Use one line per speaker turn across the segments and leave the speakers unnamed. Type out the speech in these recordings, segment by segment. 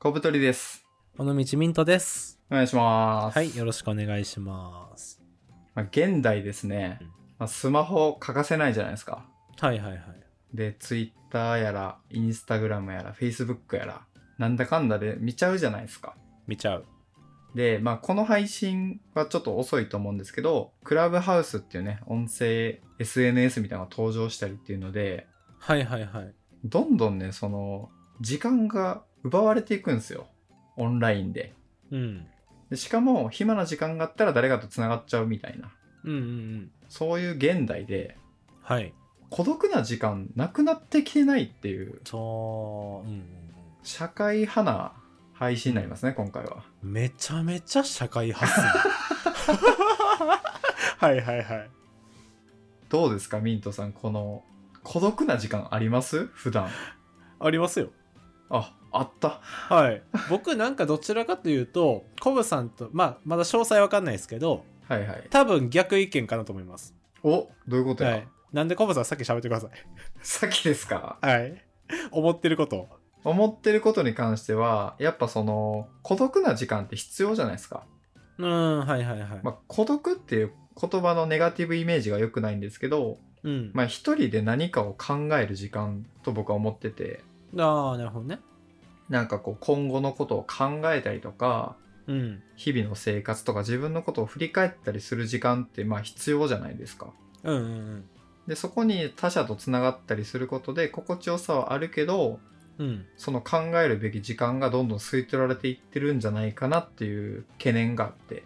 小太りです。
尾道ミントです。
お願いします。
はい、よろしくお願いします。
まあ、現代ですね
うん、
まあ、スマホ欠かせないじゃないですか。
はいはいはい。
で、Twitter やら、Instagram やら、Facebook やら、なんだかんだで見ちゃうじゃないですか。
見ちゃう。
で、まあ、この配信はちょっと遅いと思うんですけど、クラブハウスっていうね、音声 SNS みたいなのが登場したりっていうので、
はいはいはい。
どんどんね、その、時間が奪われていくんですよ。オンラインで。
うん。
でしかも、暇な時間があったら誰かと繋がっちゃうみたいな。
うんうんうん。
そういう現代で、
はい。
孤独な時間なくなってきてないっていう、
そう、うんうん
社会派な配信になりますね、今回は。
うん。めちゃめちゃ社会発生。 はいはいはい。
どうですか、ミントさん、この、孤独な時間あります普段。
ありますよ。
あ、あった。
はい。僕なんかどちらかというと、コブさんと、まあ、まだ詳細わかんないですけど、
はいはい。
多分逆意見かなと思います。
お、どういうことや、
はい。なんでコブさんさっき喋ってください。
さっきですか
はい。思ってることを。
思ってることに関しては、やっぱその、孤独な時間って必要じゃないですか。
うん、はいはいはい。
まあ、孤独っていう言葉のネガティブイメージが良くないんですけど、
うん。
まあ、一人で何かを考える時間と僕は思ってて、
ああ、なるほどね。
なんかこう今後のことを考えたりとか
うん。
日々の生活とか自分のことを振り返ったりする時間ってまあ必要じゃないですか。
うんうんうん。
でそこに他者とつながったりすることで心地よさはあるけど
うん。
その考えるべき時間がどんどん吸い取られていってるんじゃないかなっていう懸念があって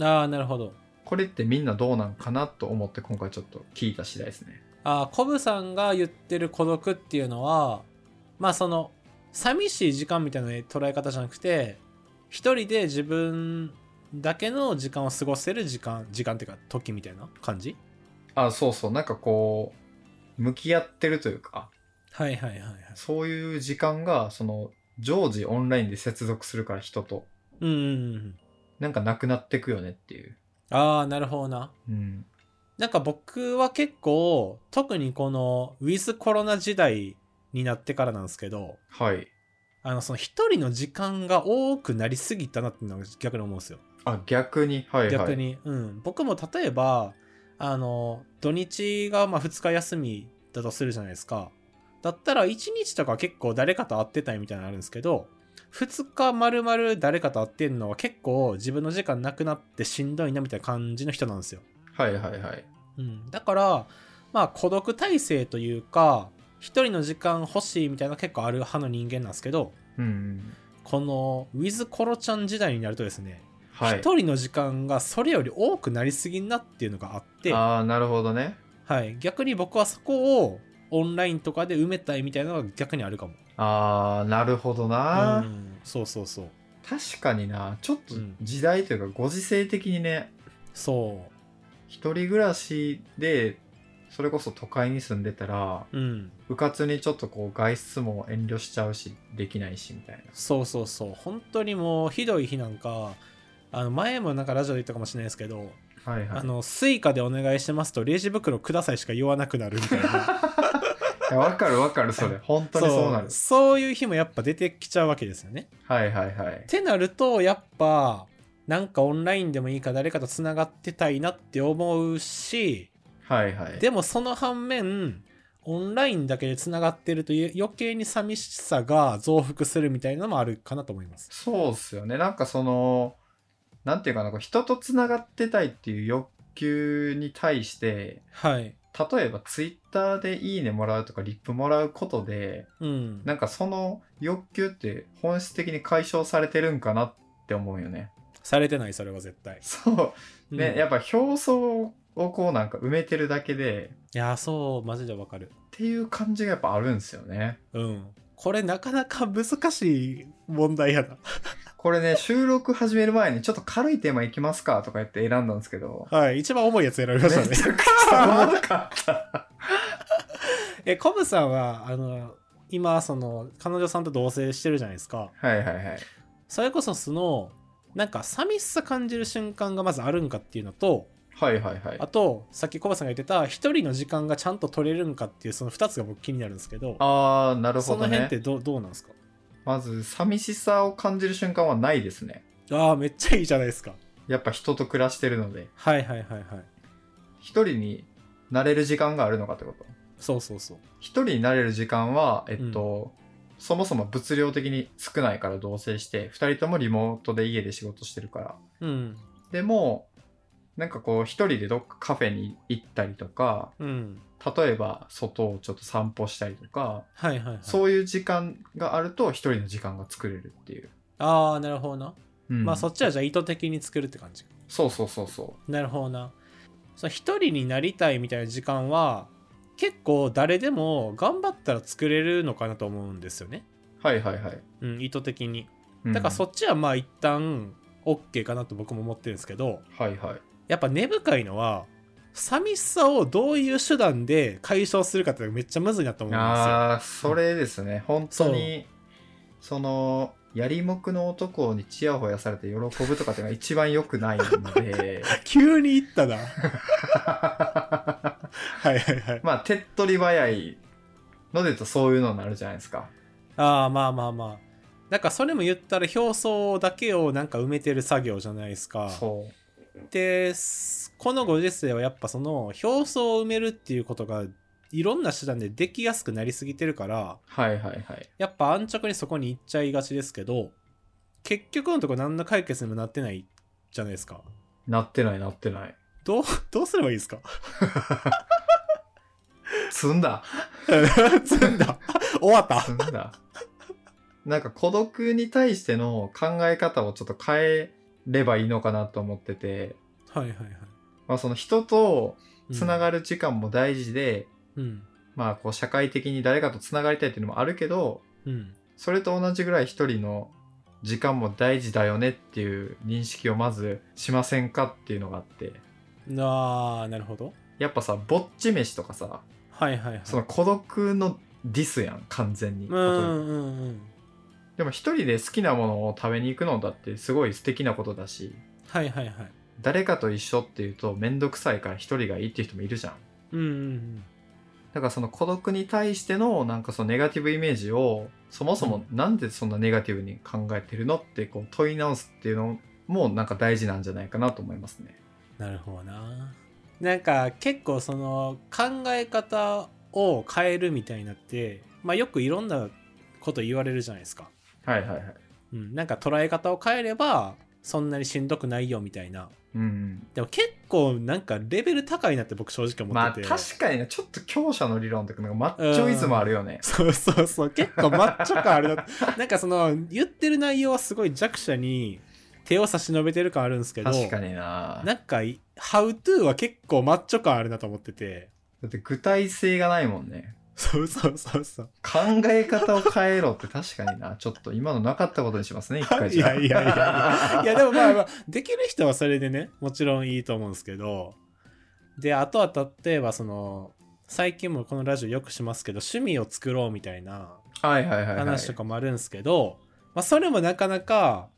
ああ、なるほど。
これってみんなどうなんかなと思って今回ちょっと聞いた次第ですね。
ああ、コブさんが言ってる孤独っていうのは、まあその、寂しい時間みたいな捉え方じゃなくて、一人で自分だけの時間を過ごせる時間、時間っていうか時みたいな感じ
あそうそうなんかこう向き合ってるというか
はいはいはいはい。
そういう時間がその常時オンラインで接続するから人と。
うんうんうん。
なんかなくなってくよねっていう。
ああ、なるほどな。
うん。
なんか僕は結構、特にこの、ウィズコロナ時代になってからなんですけど、
はい。
あの、その一人の時間が多くなりすぎたなっていうのが逆に思うんですよ。
あ、逆に。はいはい。
逆。に。うん。僕も例えば、あの、土日がまあ2日休みだとするじゃないですか。だったら1日とか結構誰かと会ってたいみたいなのあるんですけど、2日丸々誰かと会ってんのは結構自分の時間なくなってしんどいなみたいな感じの人なんですよ。
はいはいはい。
うん、だからまあ孤独体制というか一人の時間欲しいみたいなの結構ある派の人間なんですけど
うんうん。
このウィズコロちゃん時代になるとですね一、
はい。
人の時間がそれより多くなりすぎんなっていうのがあって、は
ああ、なるほどね。
い、逆に僕はそこをオンラインとかで埋めたいみたいなのが逆にあるかも。
ああ、なるほどな、
うん、そうそうそう。
確かにな。ちょっと
うん
時代というか、ご時世的にね、
そ
一人暮らしで、それこそ都会に住んでたら、
う。うん。
うかつにちょっとこう外出も遠慮しちゃうし、できないしみたいな。
そうそうそう。本当にもうひどい日なんか、あの前もなんかラジオで言ったかもしれないですけど、
はいはい。
あの、スイカでお願いしますと、レジ袋くださいしか言わなくなるみた いな。
いやわかるわかる、それ。本当にそうなる。
そういう日もやっぱ出てきちゃうわけですよね。
はいはいはい
っ。てなると、やっぱ、なんかオンラインでもいいから誰かと繋がってたいなって思うし、
はいはい。
でもその反面、オンラインだけで繋がってるという余計に寂しさが増幅するみたいなのもあるかなと思います。
そうっすよね。なんかその、なんていうかな、こう人とつながってたいっていう欲求に対して、
はい。
例えばツイッターでいいねもらうとかリップもらうことで、
うん。
なんかその欲求って本質的に解消されてるんかなって思うよね。
されてない、それは絶対。
そう。ね、やっ
ぱ。
ぱ表層をこうなんか埋めてるだけで、
いや、そう、マジでわかる。
っていう感じがやっぱあるんですよね。
うん。これなかなか難しい問題やな。
これね、収録始める前にちょっと軽いテーマいきますかとか言って選んだんですけど、
はい、一番重いやつ選びま
め
し
ち
た
ゃく
ね。
ちゃ重かった。
え、コブさんは、あの、今、その、彼女さんと同棲してるじゃないですか。
はいはいはい。
それこそ、その、なんか、寂しさ感じる瞬間がまずあるんかっていうのと、
はいはいはい
あ。と、さっきコブさんが言ってた、一人の時間がちゃんと取れるんかっていう、その二つが僕気になるんですけど、
ああ、なるほ
そ
ど
の辺って
ね。
どうどうなんですか
まず寂しさを感じる瞬間はないですね
ああ、めっちゃいいじゃないですか。
やっぱ人と暮らしてるので
はいはいはいはい。
一人になれる時間があるのかってこと
そうそうそう。
一人になれる時間はえっと、そもそも物量的に少ないから同棲して二人ともリモートで家で仕事してるから
うん。
でもなんかこう一人でどっかカフェに行ったりとか
うん。
例えば外をちょっと散歩したりとか
はいはいはい。
そういう時間があると一人の時間が作れるっていう、
ああ、なるほどな。
うん
まあそっちはじゃあ意図的に作るって感じ。
そうそうそうそ
なるほどな。そう一人になりたいみたいな時間は結構誰でも頑張ったら作れるのかなと思うんですよね。
うはいはいはい、
うん、意図的に。
うん
だからそっちはまあ一旦 OK かなと僕も思ってるんですけど、
はいはい
やっぱ根深いのは、寂しさをどういう手段で解消するかってめっちゃむずいなと思うんですよ。
ああそれですね本当にそのやりもくの男にちやほやされて喜ぶとかっていうのが一番良くないの で
急に言っ たな。はいはいはい。
まあ手っ取り早いので言うとそういうのになるじゃないですか
ああまあまあまあなんかそれも言ったら表層だけをなんか埋めてる作業じゃないですか
そう
ですこのご時世はやっぱその表層を埋めるっていうことがいろんな手段でできやすくなりすぎてるから
はいはいはい
やっぱ安直にそこに行っちゃいがちですけど結局のところ何の解決にもなってないじゃないですか
なってないなってない
どうどうすればいい ですか
積んだ
積んだ終わった
積んだなんか孤独に対しての考え方をちょっと変えればいいのかなと思ってて、
はいはいはい
まあ、その人と
うん
つながる時間も大事で、
うん
まあこう社会的に誰かとつながりたいっていうのもあるけど
うん
それと同じぐらい一人の時間も大事だよねっていう認識をまずしませんかっていうのがあって
ああなるほど
やっぱさぼっち飯とかさ
はいはいはい
その孤独のディスやん完全に、
うんうんうん
でも一人で好きなものを食べに行くのだってすごい素敵なことだし
はいはいはい。
誰かと一緒っていうと面倒くさいから一人がいいっていう人もいるじゃん
うんうん
だからその孤独に対してのなんかそのネガティブイメージをそもそもなんでそんなネガティブに考えてるのってこう問い直すっていうのもなんか大事なんじゃないかなと思いますね。
うん。なるほどな。なんか結構その考え方を変えるみたいになって、まあよくいろんなこと言われるじゃないですか。
はいはいはい。
うん。なんか捉え方を変えれば、そんなにしんどくないよみたいな。
うん、
でも結構なんかレベル高いなって僕正直思
まあ
ってて。
確かにねちょっと強者の理論というかなんかマッチョイズもあるよね。
そうそうそう。結構マッチョ感あるな。 なんかその言ってる内容はすごい弱者に手を差し伸べてる感あるんですけど。
確かにな
なんかい、ハウトゥーは結構マッチョ感あるなと思ってて。
だって具体性がないもんね。
そうそうそうそう。
考え方を変えろって確かになちょっと今のなかったことにしますね一回じゃあ。
いやいやいや いやいや、でもまあまあ、できる人はそれでね、もちろんいいと思うんですけど。で、あとは例えばその、最近もこのラジオよくしますけど、趣味を作ろうみたいな
はいはいはい、はい。
話とかもあるんですけど、まあそれもなかなか、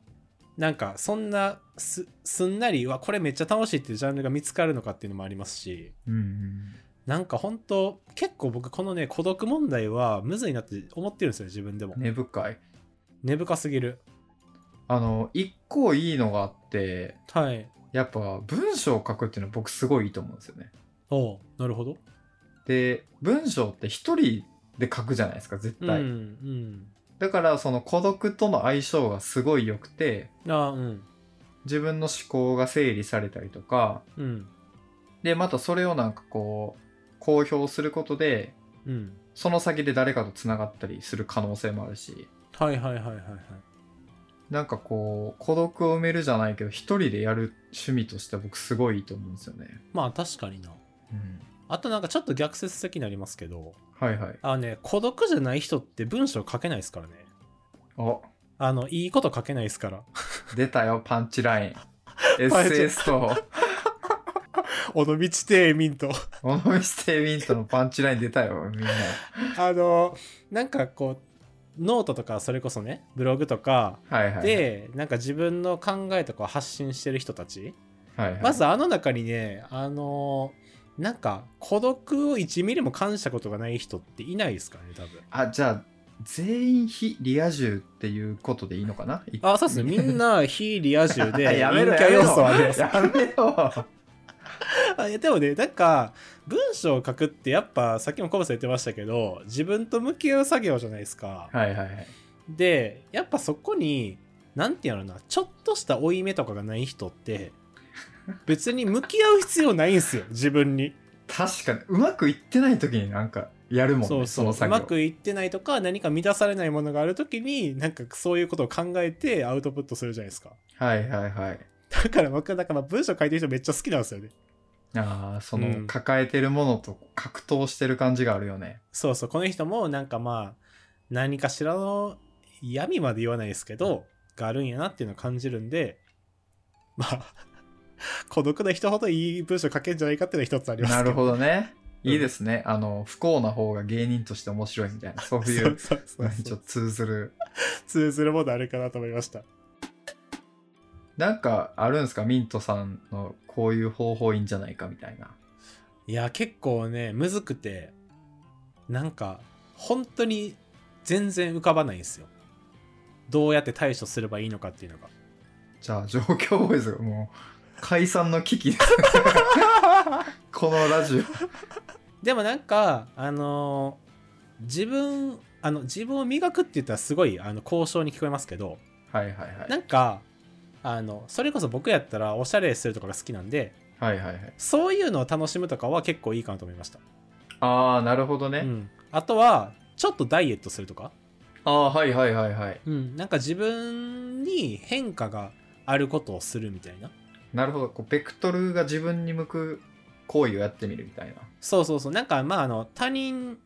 なんかそんなすすんなり、うわ、これめっちゃ楽しいっていうジャンルが見つかるのかっていうのもありますし。
うんうん
なんか本当結構僕このね孤独問題はむずいなって思ってるんですよね自分でも、
根深い。
根深すぎる
あの一個いいのがあって
はい
やっぱ文章を書くっていうのは僕すごいいいと思うんですよね。
おうなるほど
で文章って一人で書くじゃないですか絶対、
うん
だからその孤独との相性がすごい良くて
うんあうん
自分の思考が整理されたりとか
うん
でまたそれをなんかこう公表することで
うん
その先で誰かとつながったりする可能性もあるし
はいはいはいはいはい
なんかこう孤独を埋めるじゃないけど一人でやる趣味として僕すごいいいと思うんですよね。
まあ確かにな
うん、
あとなんかちょっと逆説的になりますけど
はいはい。
あのね孤独じゃない人って文章書けないですからね
あ
あのいいこと書けないですから
出たよパンチライン。
パンチ
SS と
尾道亭ミント
尾道テミントのパンチライン出たよみんな。
あのなんかこうノートとかそれこそねブログとか
はいはい。
でなんか自分の考えとかを発信してる人たち、
はいはい、
まずあの中にねあのーなんか孤独を1ミリも感じたことがない人っていないですからね多分
あじゃあ全員非リア充っていうことでいいのかな
あ、そうっすね。みんな非リア充 で、
やめ
陰
ろ
キャ要素はあります。
やめろ
あいやでもね、なんか、文章を書くってやっぱ、さっきもコブさん言ってましたけど、自分と向き合う作業じゃないですか。
はいはいはい。
で、やっぱそこに、なんていうのかな、ちょっとした負い目とかがない人って、別に向き合う必要ないんですよ、自分に。
確かに、うまくいってない時になんかやるもんね、
そうそう
の作
う
業。
まくいってないとか何か満たされないものがある時になんかそういうことを考えてアウトプットするじゃないですか
はいはいはい。
だから僕だから文章書いてる人めっちゃ好きなんですよね
ああ、そうの
ん
抱えてるものと格闘してる感じがあるよね。
そうそうこの人もなんかまあ何かしらの闇まで言わないですけどがあるんやなっていうのを感じるんでまあ 孤独な人ほどいい文章書けるんじゃないかっていうのは一つあります
なるほ
ど
どね。
うん
いいですね。あの、不幸な方が芸人として面白いみたいな、そうい
そう
う、
そうそう
ちょっと通ずる。
通ずるものあるかなと思いました
なんかあるんですかミントさんのこういう方法いいんじゃないかみたいな。
いや結構ねむずくてなんか本当に全然浮かばないんですよどうやって対処すればいいのかっていうのが
じゃあ、状況ボーイズがもう、解散の危機 です。このラジ
でもなんかあのー自分あの自分を磨くって言ったらすごいあの交渉に聞こえますけど
オ。はいはいはい。
なんかあのそれこそ僕やったらおしゃれするとかが好きなんで
はいはいはい。
そういうのを楽しむとかは結構いいかなと思いました、
ああ、なるほどね。
うん、あとはちょっとダイエットするとか
ああ、はいはいはいはい。
うん、なんか自分に変化があることをするみたいな
なるほど。こうベクトルが自分に向く行為をやってみるみたいな。
そうそうそうなんかまああの他人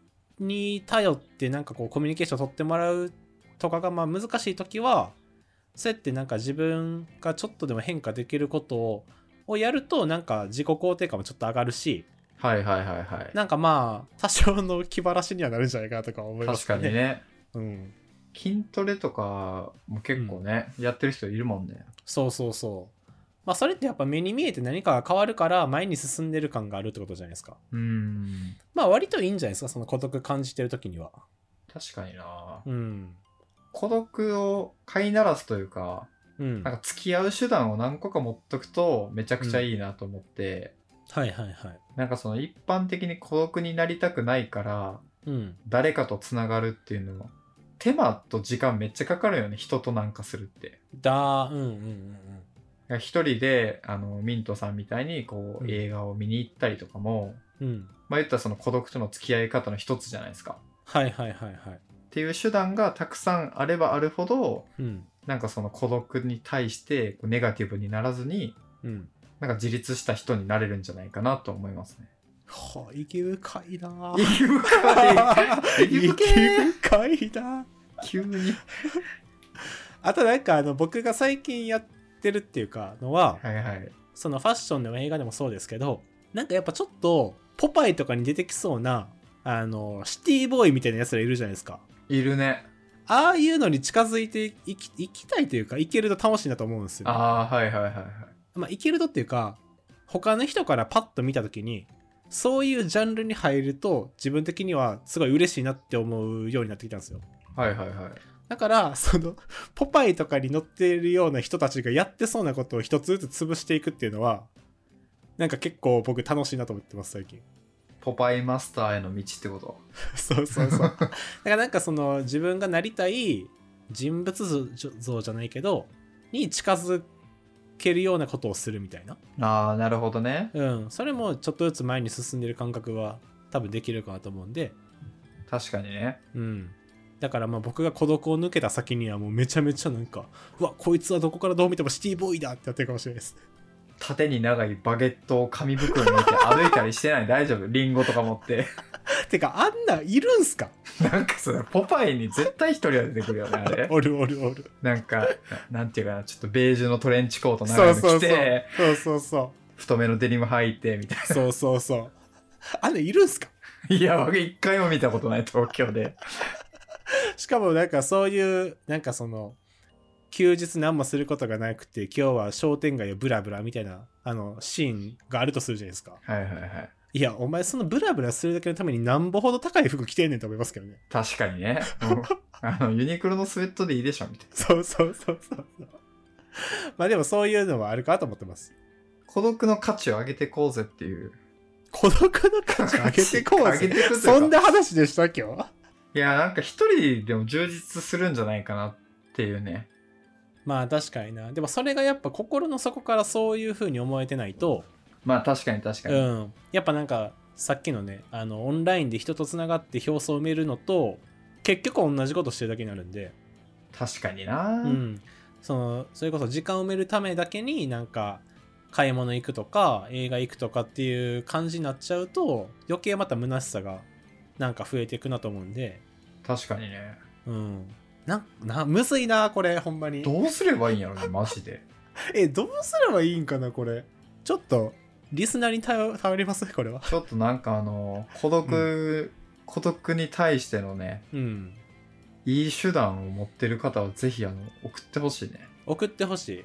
に頼ってなんかこうコミュニケーションを取ってもらうとかがまあ難しい時はそうやってなんか自分がちょっとでも変化できることををやるとなんか自己肯定感もちょっと上がるし
はいはいはいはい。
なんかまあ多少の気晴らしにはなるんじゃないかなとか思いま
確
す
かにね。
うん、
筋トレとかも結構ね、やってる人いるもんね。
そうそうそうまあそれってやっぱ目に見えて何かが変わるから前に進んでる感があるってことじゃないですか
うん。
まあ割といいんじゃないですかその孤独感じてる時には
確かにな
うん
孤独を飼いならすというか、
うん
なん
は
か
い
付き合う手段を何個か持っとくとめちゃくちゃいいなと思って、
はいはい
なんかその一般的に孤独になりたくないから、
うん
誰かとつながるっていうのは、手間と時間めっちゃかかるよね、人となんかするって。
だうんうんうんうん
一人であのミントさんみたいにこう、
うん
映画を見に行ったりとかも、
うん
まあ、言ったらその孤独との付き合い方の一つじゃないですか。
はいはいはいはい
っていう手段がたくさんあればあるほど
うん
なんかその孤独に対してこうネガティブにならずに
うん
なんか自立した人になれるんじゃないかなと思いますね。
はあ息深いなぁ
息深い息
息
深い
深いなぁ
急に。
あとなんかあの僕が最近やってるっていうかのは、
はいはい。
そのファッションでも映画でもそうですけどなんかやっぱちょっとポパイとかに出てきそうなあのシティボーイみたいなやつらいるじゃないですか
いるね。
ああいうのに近づいていきいきたいというかいけると楽しいなと思うんですよ
ああはいはいはいはい。
まあ、いけるとっていうか他の人からパッと見た時にそういうジャンルに入ると自分的にはすごい嬉しいなって思うようになってきたんですよ
はいはいはい。
だからそのポパイとかに乗ってるような人たちがやってそうなことを一つずつ潰していくっていうのはなんか結構僕楽しいなと思ってます最近
ポパイマスターへの道ってこと。
そうそうそうだからなんかその自分がなりたい人物像じゃないけどに近づけるようなことをするみたいな
ああなるほどね。
うん、それもちょっとずつ前に進んでる感覚は多分できるかなと思うんで、
確かにね。
うん。だからまあ僕が孤独を抜けた先にはもうめちゃめちゃなんか、うわ、こいつはどこからどう見てもシティボーイだってやってるかもしれないです。
縦に長いバゲットを紙袋に入れて歩いたりしてない大丈夫リンゴとか持って。
てか、あんなんいるんすか
なんかそれ、ポパイに絶対一人は出てくるよね、あれ。
おるおるおる。
なんか、ななんていうかな、ちょっとベージュのトレンチコート長
そ
いうの着て、
そうそう。そうそうそ。
太めのデニム履いて、みたいう
そうそうそう。あんなんいるんすか
な。いや、僕一回も見たことない、東京で。
しかもなんかそういう、なんかその、休日何もすることがなくて、今日は商店街をブラブラみたいな、あの、シーンがあるとするじゃないですか。
はいはいはい。
いや、お前そのブラブラするだけのためになんぼほど高い服着てんねんと思いますけどね。
確かにね、うんあのユニクロのスウェットでいいでしょみたいな
そうそうそうそうそう。まあでもそういうのはあるかと思ってます。
孤独の価値を上げてこうぜっていう
孤独の価値上げてこう
上げ
ぜ。
てくというか
そんな話でした今日
いやなんか一人でも充実するんじゃないかなっていうね
まあ確かにな。でもそれがやっぱ心の底からそういう風に思えてないと、
まあ確かに確か
う
に、
ん。やっぱなんかさっきのね、あのオンラインで人とつながって表層を埋めるのと、結局同じことしてるだけになるんで、
確かにな、
うん。その、それこそ時間を埋めるためだけになんか、買い物行くとか、映画行くとかっていう感じになっちゃうと、余計また虚しさがなんか増えていくなと思うんで、
確かにね
うん。な、な、むずいな、これ、ほんまに。
どうすればいいんやろねマジで
え、どうすればいいんかな、これ。ちょっと、リスナーに頼頼りますこれは。
ちょっとなんかあの孤独、孤独に対してのね
うん。
いい手段を持ってる方はぜひあの送ってほしいね
送ってほしい。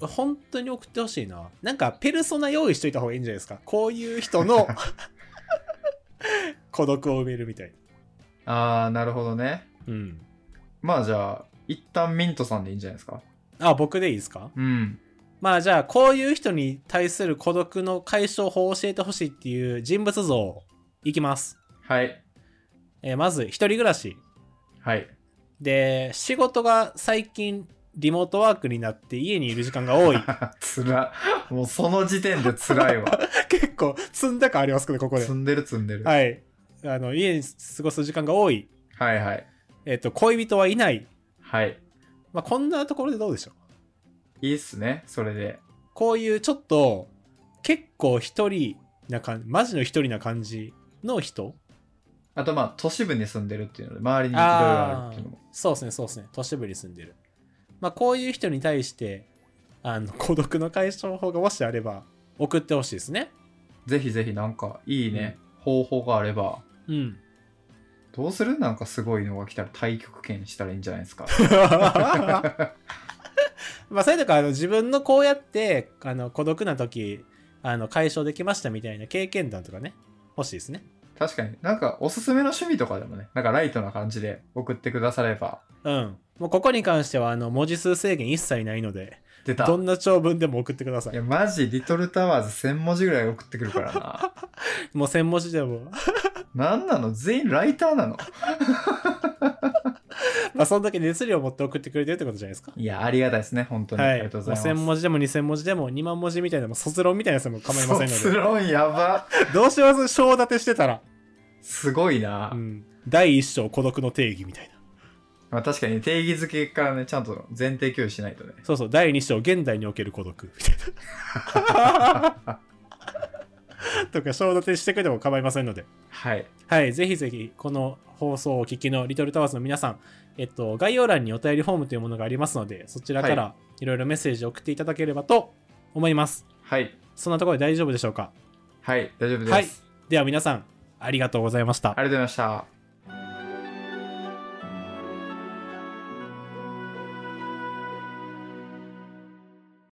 本当に送ってほしいな。なんか、ペルソナ用意しといた方がいいんじゃないですか。こういう人の、孤独を埋めるみたいな。
ああなるほどね
うん。
まあじゃあ一旦ミントさんでいいんじゃないですか
あ、僕でいいですか
うん
まあ、じゃあ、こういう人に対する孤独の解消法を教えてほしいっていう人物像、いきます。
はい
えーまず、一人暮らし。
はい
で、仕事が最近、リモートワークになって家にいる時間が多い。
つらもうその時点でつらいわ
結構積んだ感ありますけ どここで
積んでる積んでる、
はいあの家に過ごす時間が多い、
はい、はい
えっと恋人はいない、
はい
まあ、こんなところでどうでしょう
いいっすねそれで
こういうちょっと結構一人な感じマジの一人な感じの人
あとまあ都市部に住んでるっていうので周りにいろいろあるっていうのも
ーそうですねそうですね都市部に住んでるまあこういう人に対してあの 孤独の解消法がもしあれば送ってほしいですね
ぜひぜひなんかいいね、方法があれば
うん
どうするなんかすごいのが来たら太極拳したらいいんじゃない ですか
まあ、それとかあの自分のこうやってあの孤独な時あの解消できましたみたいな経験談とかね欲しいですね
確かになんかおすすめの趣味とかでもねなんかライトな感じで送ってくだされば
うんもうここに関してはあの文字数制限一切ないので
出た
どんな長文でも送ってくださ
い
い
やマジリトルタワーズ1000文字ぐらい送ってくるからな
もう1000文字でも
なんなの全員ライターなの
まあそんだけ熱量を持って送ってくれてるってことじゃないですか
いやありがたいですね本当に、
は
あ
い
り
もう
がとうございます
1000文字でも2000文字でも2万文字みたいなもう卒論みたいなやつでも構いません
卒
ので
論やば
どうします章立てして たら、
すごいな、
うん、第一章孤独の定義みたいな
まあ、確かに定義づけからねちゃんと前提共有しないとね
そうそう、第2章、現代における 孤独。みたいな。とか、章立てしてくれても構いませんので。
はい
はい、ぜひぜひ、この放送をお聞きのリトルタワーズの皆さん、えっと、概要欄にお便りフォームというものがありますので、そちらからいろいろメッセージを送っていただければと思います。
はい
そんなところで大丈夫でしょうか
はい大丈夫です、
はいでは皆さん、ありがとうございました。
ありがとうございました